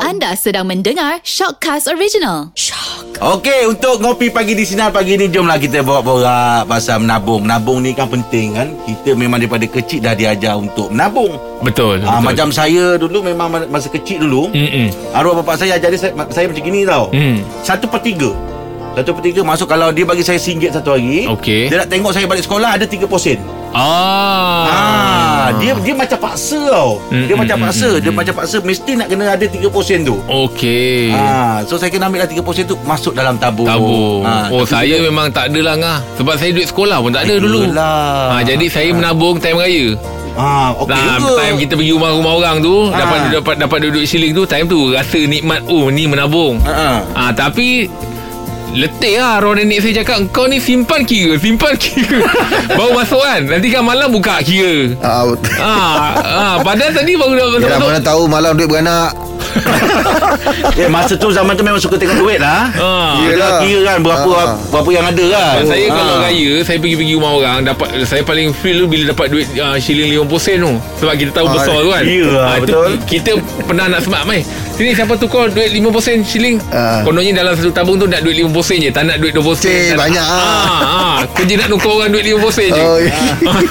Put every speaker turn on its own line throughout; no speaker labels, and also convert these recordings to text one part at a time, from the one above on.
Anda sedang mendengar Shockcast Original.
Okey, untuk ngopi pagi di sinar pagi ni jomlah kita borak-borak pasal menabung. Menabung ni kan penting kan. Kita memang daripada kecil dah diajar untuk menabung.
Betul.
Ah,
Ya, betul.
macam saya dulu memang ma- masa kecil dulu,
Mm-mm.
arwah bapak saya ajar dia, saya, saya macam gini tau.
Hmm.
Satu per tiga. Satu per tiga masuk kalau dia bagi saya RM1 satu hari
Okey.
Dia nak tengok saya balik sekolah Ada tiga posen
Ah.
ah. Dia dia macam paksa tau
Mm,
Dia
mm,
macam
mm,
paksa
mm,
Dia
mm.
macam paksa Mesti nak kena ada tiga posen tu
Okey.
Ah, so saya kena ambil lah 3% tu masuk dalam tabung.
Tabung.
Ah,
oh,
tapi
saya
bila-
memang tak ada lah ngah. Sebab saya duit sekolah pun tak ada
Yelah.
dulu. Ha, jadi saya menabung time raya.
Ah, okey
Nah,
juga.
time kita pergi rumah-rumah orang tu,
Ha.
dapat dapat dapat duduk siling tu, time tu rasa nikmat oh ni menabung.
Ah, ah.
Ah, tapi Letih lah Arwah nenek saya cakap Kau ni simpan kira Simpan kira Baru masuk kan Nanti kan malam buka kira
Ah,
ah, ah, Padahal tadi baru
Ya,
dah
Yalah
masuk
mana tahu malam duit beranak
Eh, masa tu zaman tu memang suka tengok duit lah.
Ah.
Kita
Yelah.
kira kan berapa
Ah.
berapa yang ada kan.
Dan saya
Ah.
kalau raya Saya pergi-pergi rumah orang dapat Saya paling feel tu Bila dapat duit uh, Shilling 50 sen tu Sebab kita tahu
Ah,
besar tu kan
ya,
Ah, tu
betul.
Kita pernah nak semak Mai Sini siapa tukar duit 50 sen shilling
Ah.
Kononnya dalam satu tabung tu Nak duit 50 sen je Tak nak duit 20 sen
Cik,
Tak nak-
banyak ah.
ah, ah, Kerja nak tukar orang duit 50 sen je
Oh,
Ha.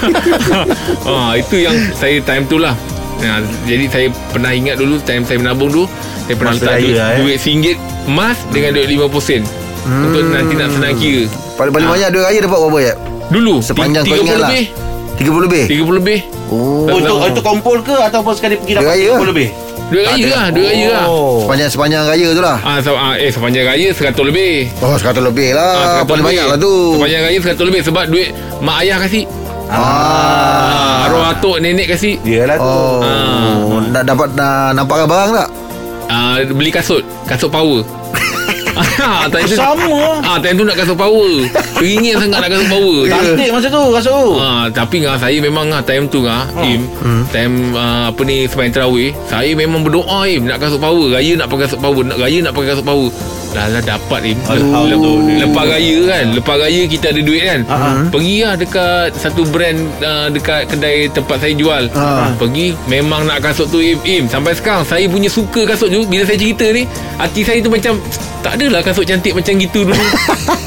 ah, Itu yang Saya time tu lah Nah, jadi saya pernah ingat dulu time saya menabung tu saya pernah
Masa
letak
raya
duit,
lah, eh. Hmm.
duit RM1 emas dengan duit 50 sen untuk nanti nak senang kira.
Paling-paling
Ah.
banyak duit raya dapat berapa ya?
Dulu
Sepanjang
ti-
kau
30
ingat lah
lebih
30 lebih?
30 lebih
Oh
Oh, itu itu kumpul ke ataupun sekali pergi dapat
Raya.
30 lebih? Oh.
Duit raya
ada. Oh.
lah Duit raya lah
Sepanjang-sepanjang raya tu lah
Ah, so, ah, eh sepanjang raya 100 lebih.
Oh 100 lebih
Ah,
lah
100
Paling
lebih.
banyak lah tu
Sepanjang raya 100 lebih sebab duit mak ayah kasi. Ah,
Ah,
arwah atuk nenek kasi.
Yalah tu.
Oh
Ah.
Nak dapat nak nampak barang tak?
Ah, beli kasut, kasut power. Ah, time tu,
Sama.
ah, time tu nak kasut power. Teringin sangat nak kasut power.
Cantik masa tu rasa tu.
Ah, tapi ngah saya memang ngah time tu ngah
Hmm.
Im time ah, apa ni sembahyang tarawih saya memang berdoa Im nak kasut power raya nak pakai kasut power nak raya nak pakai kasut power dah lah dapat Im
Alhamdulillah.
lepas raya kan lepas raya kita ada duit kan
Ah,
pergi lah dekat satu brand ah, dekat kedai tempat saya jual
Ah.
pergi memang nak kasut tu Im Im sampai sekarang saya punya suka kasut tu bila saya cerita ni hati saya tu macam tak adalah kasut cantik macam gitu dulu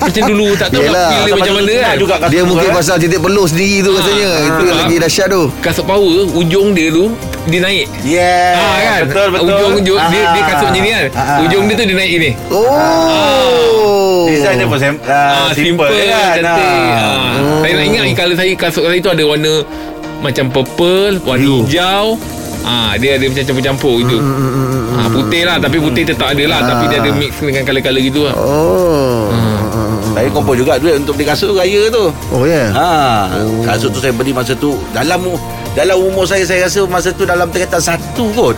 macam dulu tak tahu nak
Yelah,
pilih
Masa
macam
tu
mana
nak
kan
juga
Dia
kasut tu,
mungkin
eh.
pasal titik peluh sendiri tu rasanya Itu
Ah.
lagi dahsyat tu
kasut power ujung dia tu dia naik
Yeah.
Ah
Eh,
kan
Betul betul.
Ujung ujung dia,
Ah.
dia kasut macam ni kan
Ah.
Ujung dia tu dia naik ni
Oh
Design dia pun sem-
ah,
ah,
Simple,
simple kan.
Cantik
Ah.
ah. Saya nak ingat Kalau saya kasut saya tu ada warna Macam purple Warna
Blue.
hijau Ah, dia ada macam campur-campur gitu.
Mm,
ah, putih lah tapi putih tetap ada lah tapi dia ada
Ah.
mix dengan kala-kala gitu lah.
Oh
Hmm.
Saya kumpul juga duit untuk beli kasut raya tu.
Oh ya
Ah,
Ha, kasut tu saya beli masa tu dalam u- dalam umur saya saya rasa masa tu dalam terkata satu kot.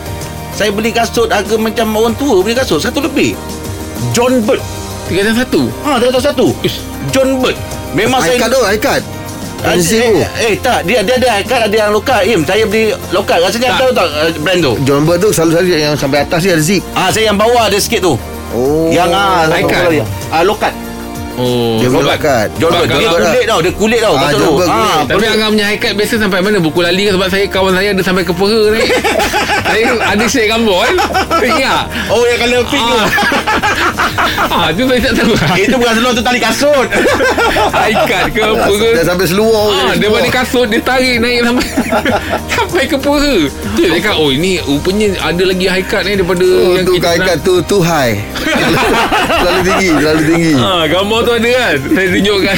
Saya beli kasut harga macam orang tua beli kasut satu lebih. John Bird.
Tiga dan satu.
Ha, terkata satu.
Ish.
John Bird. Memang saya
Ikat tu ikat
Ah,
Prinsip tu
eh, eh, tak dia dia ada akad ada yang lokal. Im, saya beli lokal. Rasanya
Tak.
tahu tak eh, brand tu?
John Bird tu selalu selalu yang sampai atas dia ada zip
Ah, saya yang bawah ada sikit tu.
Oh
Yang ah,
Ikat.
Ah, lokal.
Oh,
Dia
sebab-
boleh ikat
John Bird.
Sebab
Dia
kalau-
kulit tau, dia kulit tau
Ah,
kasut
John
tu.
Bird
Ah,
kulit.
Tapi
perut-
Angah punya haircut biasa sampai mana? Buku lali ke sebab saya kawan saya ada sampai ke peha ni. saya ada share gambar kan. Saya ingat.
Oh, yang kalau pink tu.
Ah. ah, tu saya tak tahu.
Itu bukan seluar tu tali kasut.
Haircut ke apa ke.
Dah Ah, sampai seluar
Ah,
Sampai
daripada
seluar.
kasut dia tarik naik sampai sampai ke peha. Dia cakap, "Oh, ini rupanya ada lagi haircut ni daripada
Oh,
yang
tu ikat tu tu high Terlalu tinggi Terlalu tinggi Ah,
Ah, gambar tu ada kan. Saya tunjukkan.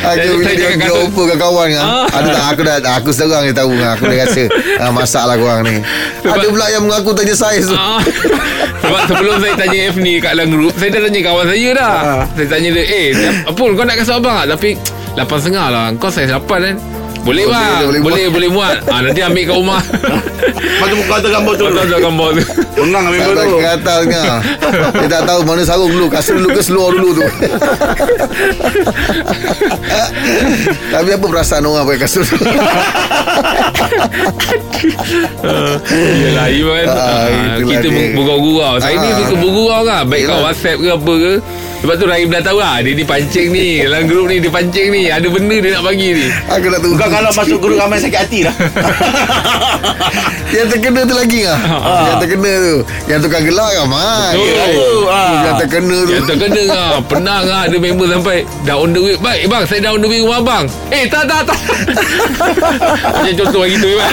Aku bila dia, dia offer ke kawan kan
Ah.
Ada tak aku dah Aku seorang je tahu kan. Aku dah rasa ah, Masalah korang ni Ada pula yang mengaku tanya saiz tu
Ah, Sebab sebelum saya tanya F ni kat dalam grup Saya dah tanya kawan saya dah
Ah.
Saya tanya dia Eh Apul kau nak kasut abang tak? Tapi lapan setengah lah Kau saiz lapan kan Boleh
Boleh,
bang
boleh
Boleh boleh, boleh muat ah, Nanti ambil kat rumah
Mata muka tu gambar tu.
Kau tahu tak gambar tu
Bengang ambil
Sampai
tu.
ke atas kan Dia tak tahu mana sarung dulu Kasut dulu ke seluar dulu tu Tapi apa perasaan orang pakai kasut tu
Yelah Iman
Ah,
ah,
itulah
Kita
dia.
bergurau-gurau Saya ni
Ah.
suka bergurau lah Baik kat
Yelah.
WhatsApp ke apa ke Lepas tu Rahim dah tahu lah Dia ni pancing ni Dalam grup ni dia pancing ni Ada benda dia nak bagi ni
Aku nak tunggu
Kau kalau masuk guru ramai sakit hati lah
Yang terkena tu lagi lah Yang terkena tu Yang tukar gelak ramai
Ah. Betul.
Oh,
Yang
ah.
terkena tu
Yang terkena lah Pernah lah Ada member sampai Dah on the way Baik bang Saya dah on the way rumah abang Eh tak tak tak Macam contoh lagi tu kan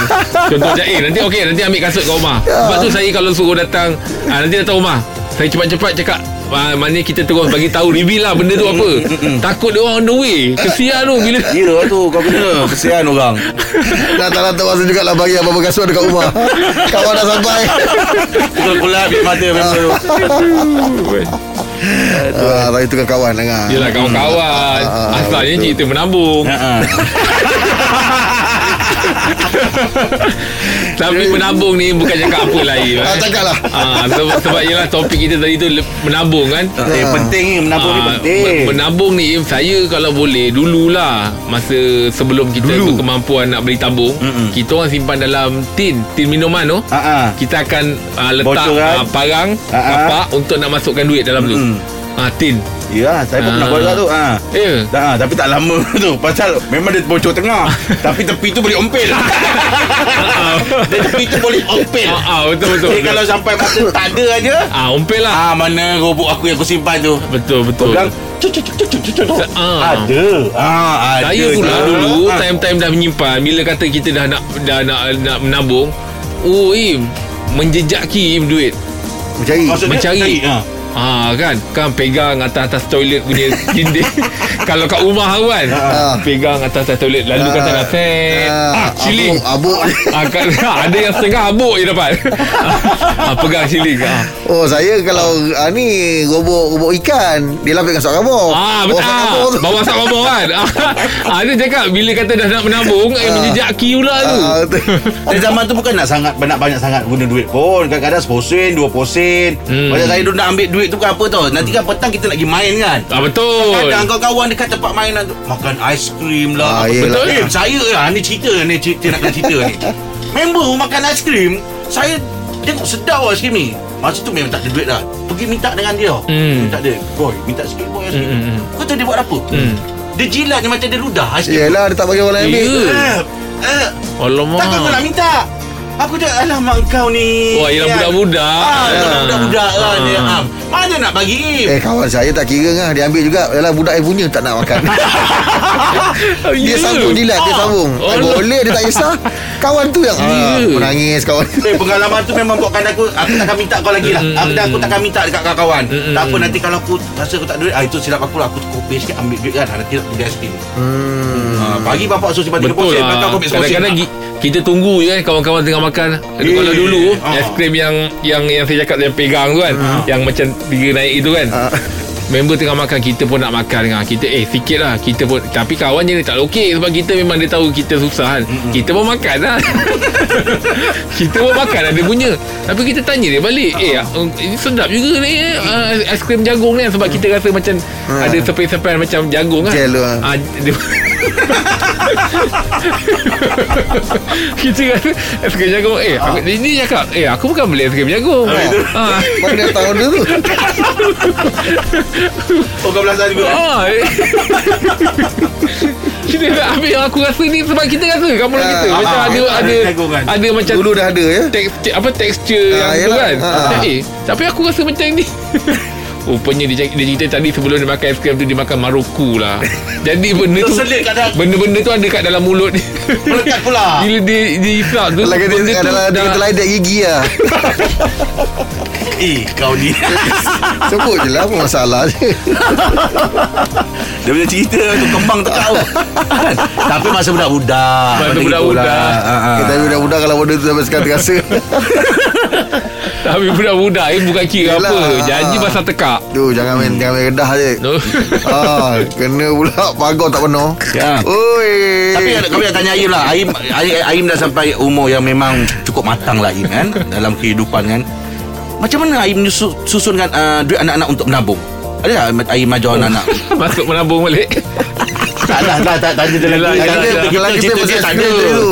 Contoh macam Eh nanti okey Nanti ambil kasut kat rumah
Ya.
Sebab tu saya kalau suruh datang ah, Nanti datang rumah Saya cepat-cepat cakap ah, Maknanya kita terus bagi tahu Reveal lah benda tu apa Takut dia orang on the way Kesian tu Bila
Gila lah tu kau kena Kesian orang
Nak tak nak terpaksa juga lah Bagi abang kasut dekat rumah Kawan dah sampai
Betul pula Biar mata member tu
Ya, ah, Tapi tukar kawan dengar
Yelah kawan-kawan
Ah, ah, ah,
Asalnya
betul.
cerita menambung
Ha, ha.
Tapi menabung ni bukan cakap apa lain
ah,
kan?
Cakap lah
Ah, sebab, sebab yelah topik kita tadi tu le- menabung kan
Eh penting ni Menabung ni
Ah,
penting
men- Menabung ni Im, Saya kalau boleh Dululah Masa sebelum kita
Dulu.
Berkemampuan nak beli tabung
Mm-mm.
Kita orang simpan dalam Tin Tin minuman tu
Ha, ha.
Kita akan uh, Letak
Bocoran.
uh, parang
Ah, ah.
Kapak Untuk nak masukkan duit dalam tu
Mm-mm.
Ah, Tin
Ya Saya pun pernah
Ah.
buat juga tu ha.
Ya
Ha, tapi tak lama tu Pasal memang dia bocor tengah Tapi tepi tu boleh ompel Ha, Dia tepi tu boleh ompel
Ah, ah, betul, betul,
Jadi
betul.
kalau sampai masa tak ada aja
Ah, umpil lah
Ah mana robot aku yang aku simpan tu
Betul
Ah.
betul
Pegang cuc, cuc, cuc, cuc, cuc, cuc.
Ah.
Ada ah, ada
Saya pula
je.
dulu
Ah.
Time-time dah menyimpan Bila kata kita dah nak Dah nak, nak menabung Oh Im Menjejaki Im duit
Mencari
Maksudnya
Mencari.
cari, ah.
Ah kan Kan pegang atas-atas toilet punya dinding Kalau kat rumah tu kan
Ah.
Pegang atas-atas toilet Lalu kata nak set Ah ciling
Ha. Abuk, abuk.
ah, kan, Ada yang setengah abuk je dapat ah, Pegang ciling ah.
Oh saya kalau ah, ni robot robot ikan dia lapik dengan sok kabur.
Ah, betul.
sok
Ah,
kabur tu.
bawa sak bawa kan. Ah, ah, dia cakap bila kata dah nak menabung, eh
Ha.
menjejaki pula tu.
Ah, betul.
Dari zaman tu bukan nak sangat banyak banyak sangat guna duit pun. Kadang-kadang 10 sen, 20 sen.
Hmm.
Hmm. Macam saya dulu nak ambil duit tu bukan apa tau. Nanti kan petang kita nak pergi main kan.
Ah, betul.
Kadang kawan-kawan dekat tempat mainan tu makan aiskrim lah.
Ah,
apa.
yelah.
Eh, saya lah ni cerita ni cerita nak kena cerita ni. Member makan aiskrim, saya tengok sedap aiskrim ni. Masa tu memang tak ada duit dah. Pergi minta dengan dia.
Hmm.
Minta dia, boy, minta sikit boy aiskrim.
Hmm, hmm,
Kau tahu dia buat apa?
Hmm.
Dia jilat dia macam dia ludah aiskrim.
Yelah dia tak bagi orang lain ambil.
Ya.
Eh, eh,
Alamak.
Takkan kau nak minta Aku dah Alamak kau ni
Wah, ialah
Kan?
budak-budak.
ah, ialah
Ah.
Budak-budak lah
Ah.
dia ah. Mana nak bagi
Eh kawan saya tak kira ngah dia ambil juga. Yalah budak yang punya tak nak makan. dia
Ya.
sambung jilat dia
Ah.
sambung.
Oh,
Eh,
no.
boleh dia tak kisah. Kawan tu yang ah,
Ya.
menangis kawan.
Eh, pengalaman tu memang buatkan aku Aku takkan minta kau lagi lah Aku dah aku takkan minta dekat kawan-kawan
Mm-mm.
Tak apa nanti kalau aku Rasa aku tak ada duit ah, Itu silap aku lah Aku kopi sikit ambil duit kan Ah, Nanti nak pergi aiskrim
Hmm.
Ah, Bagi bapak suruh simpan 30
Betul
sen Belakang
lah
aku ambil 10 sen
Kadang-kadang gi- kita tunggu je kan Kawan-kawan tengah makan
Eh,
Kalau dulu
ah.
Es krim yang Yang yang saya cakap Yang pegang tu kan Yang macam Tiga naik itu kan
Ah.
Member tengah makan Kita pun nak makan dengan Kita eh sikit lah Kita pun Tapi kawan je dia tak lokek Sebab kita memang dia tahu Kita susah kan Kita pun makan lah Kita pun makan Ada punya Tapi kita tanya dia balik Eh ah, ini sedap juga ni eh, ah, Ais krim jagung ni kan." Sebab kita rasa macam Ada sepen-sepen Macam jagung kan
Gel tu, ah.
Ah, dia, Kita kata Es krim jagung Eh
Ah.
aku, dia, dia cakap Eh aku bukan beli es krim jagung ha.
Mana tahun dia tu?
Oh kau belasan juga eh?
Oh, eh. kita nak ambil yang aku rasa ni sebab kita rasa kamu lah
Ah,
kita
ah,
macam
ah,
ada
ah,
ada
jagung kan.
ada macam
Dulu dah ada ya.
tekstur apa tekstur
Ah,
yang tu
yelah.
kan.
Ah.
Macam, Eh, tapi aku rasa macam ni. Rupanya dia, cakap- dia cerita tadi sebelum dia makan es krim tu dia makan maruku lah. Jadi benda tu
Terselit kat dalam.
benda-benda tu ada kat dalam mulut dia.
Melekat pula
Bila dia dia isap tu
Ah. Lagi
benda
dia
tu
adalah dia
dah-
terlaidak gigi lah
Eh kau ni
Sebut je lah apa masalah dia
Dia punya cerita tu Kembang tekak tu Kan? Tapi masa budak-budak
Masa
macam
budak-budak.
itulah. Ah, ah.
Kita budak-budak kalau benda tu sampai sekarang terasa
Tapi budak-budak eh, bukan kira
Yelah.
apa. Janji pasal tekak.
Tu jangan main jangan main kedah je ah, Kena pula Pagar tak penuh
Ya.
Oi
Tapi ada- kami nak tanya Aim lah Aim, Aim, Aim dah sampai umur yang memang cukup matang lah Aim kan Dalam kehidupan kan Macam mana Aim susu- susunkan uh, duit anak-anak untuk menabung? Ada tak Aim ajar anak-anak?
Masuk menabung balik.
Tak tak dah dah tak tanya dia
Yelah,
lagi.
yelah,
Tanya dia,
yelah.
lagi cerita
Cerita pasal
dia tak ada
cerita.
dulu.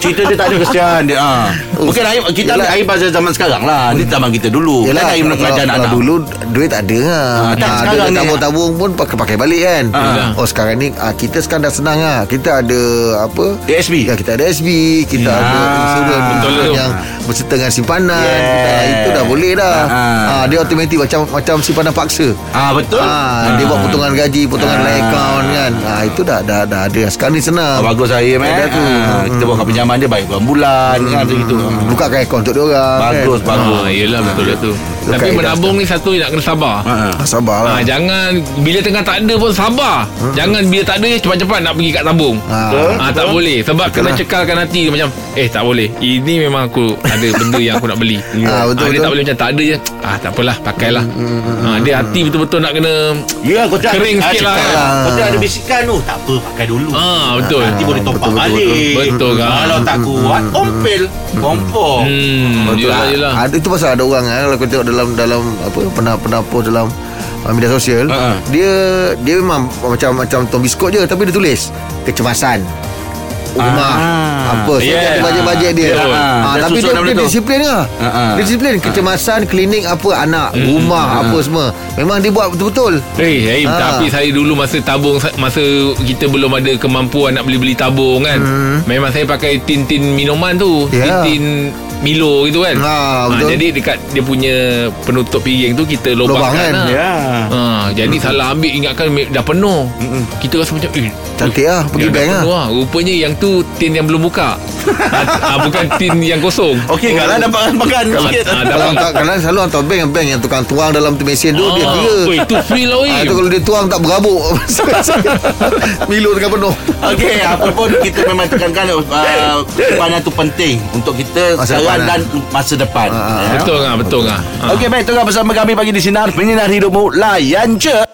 Cerita dia tak ada kesian dia. Ha. Mungkin Aim kita ambil Aim pasal zaman sekarang lah. Dia zaman kita dulu. Yelah, kan Aim nak
kalau,
belajar
kalau
anak-anak.
dulu duit tak ada ha.
Ah, tak,
Ah,
sekarang
duit
ni-
tabung-tabung pun pakai, pakai balik kan.
Ah.
Oh sekarang ni ah, kita sekarang dah senang ah. Kita ada apa?
ASB.
Ya, kita ada SB, kita
Ya.
ada insurans
Betul tu.
yang berserta dengan simpanan.
Yes.
Kita, itu dah boleh dah.
Ha.
Ah, dia automatik macam macam simpanan paksa.
Ah betul.
Ah, dia buat potongan gaji, potongan lain account kan. Ah, itu dah dah dah ada. Sekarang ni senang.
Ah, bagus saya man.
Ada tu.
Ah, kita buat pinjaman dia baik bulan-bulan kan macam gitu.
Bukakan account untuk dia orang.
Bagus
kan?
bagus.
Ha, yelah betul lah tu. Tapi
kaedah
menabung ni satu nak kena sabar.
Ha. ha.
Ah, Sabarlah.
Ha, jangan bila tengah tak ada pun sabar.
Ah.
Jangan bila tak ada cepat-cepat nak pergi kat tabung.
Ha.
Ah, tak boleh Sebab kena cekalkan hati Macam Eh tak boleh Ini memang aku Ada benda yang aku nak beli Ah,
Ah, betul,
Dia
betul. Hmm,
tak boleh macam Tak ada je Ah tak apalah Pakailah ah, Dia hati betul-betul nak kena
Ya, kau tak
Kering sikit lah, kan?
Kau tak ada bisikan tu. Tak apa, pakai dulu.
Ah, betul.
Nanti boleh top up
Betul, betul, Hmm,
balik.
betul. Betul, kan?
Kalau tak kuat, ompel. Kompor.
Hmm
Betul
Yelah
lah.
yelah
Ada itu pasal ada orang eh, kalau kau tengok dalam dalam apa pernah pernah post dalam uh, media sosial
Ha, ha.
dia dia memang macam macam tong biskut je tapi dia tulis kecemasan rumah
Ah.
apa so
Yeah.
yeah. bajet-bajet dia
Betul.
ha,
Dia
tapi
susun
dia,
dalam
dia
tu.
disiplin lah
Ha, ha.
dia disiplin kecemasan klinik apa anak rumah apa semua memang dia buat betul-betul
Eh, eh
Ah.
tapi saya dulu masa tabung sa- masa kita belum ada kemampuan nak beli-beli tabung kan. Memang saya pakai tin-tin minuman tu,
Hmm. Ya.
tin-tin Milo gitu kan.
Ha, betul.
jadi dekat dia punya penutup piring tu kita
Lubang
lubangkan.
kan?
Lah.
Ya.
Ha,
Hmm.
jadi salah ambil ingatkan me- dah penuh. Kita rasa macam eh
Cantik lah, Hmm. pergi
dah
bank lah.
penuh Rupanya yang tu tin yang belum buka. ha, ha, bukan tin yang kosong.
Okey, kalau
Oh.
dapat makan sikit.
Ah,
kalau
dapat.
hantar, kadang selalu hantar bank bank yang tukang tuang dalam tu mesin tu
Ah.
dia kira
Oi, tu free lah oi.
Ah, itu kalau dia tuang tak berabuk Milo tengah penuh
Okey, apa pun kita memang tekankan uh, simpanan tu penting untuk kita
Masa
sekarang
depan, eh.
dan masa depan.
ah, ah.
Ya.
Betul ah, betul ah.
Okey, baik tengah bersama kami pagi di sinar penyinar hidupmu layan je.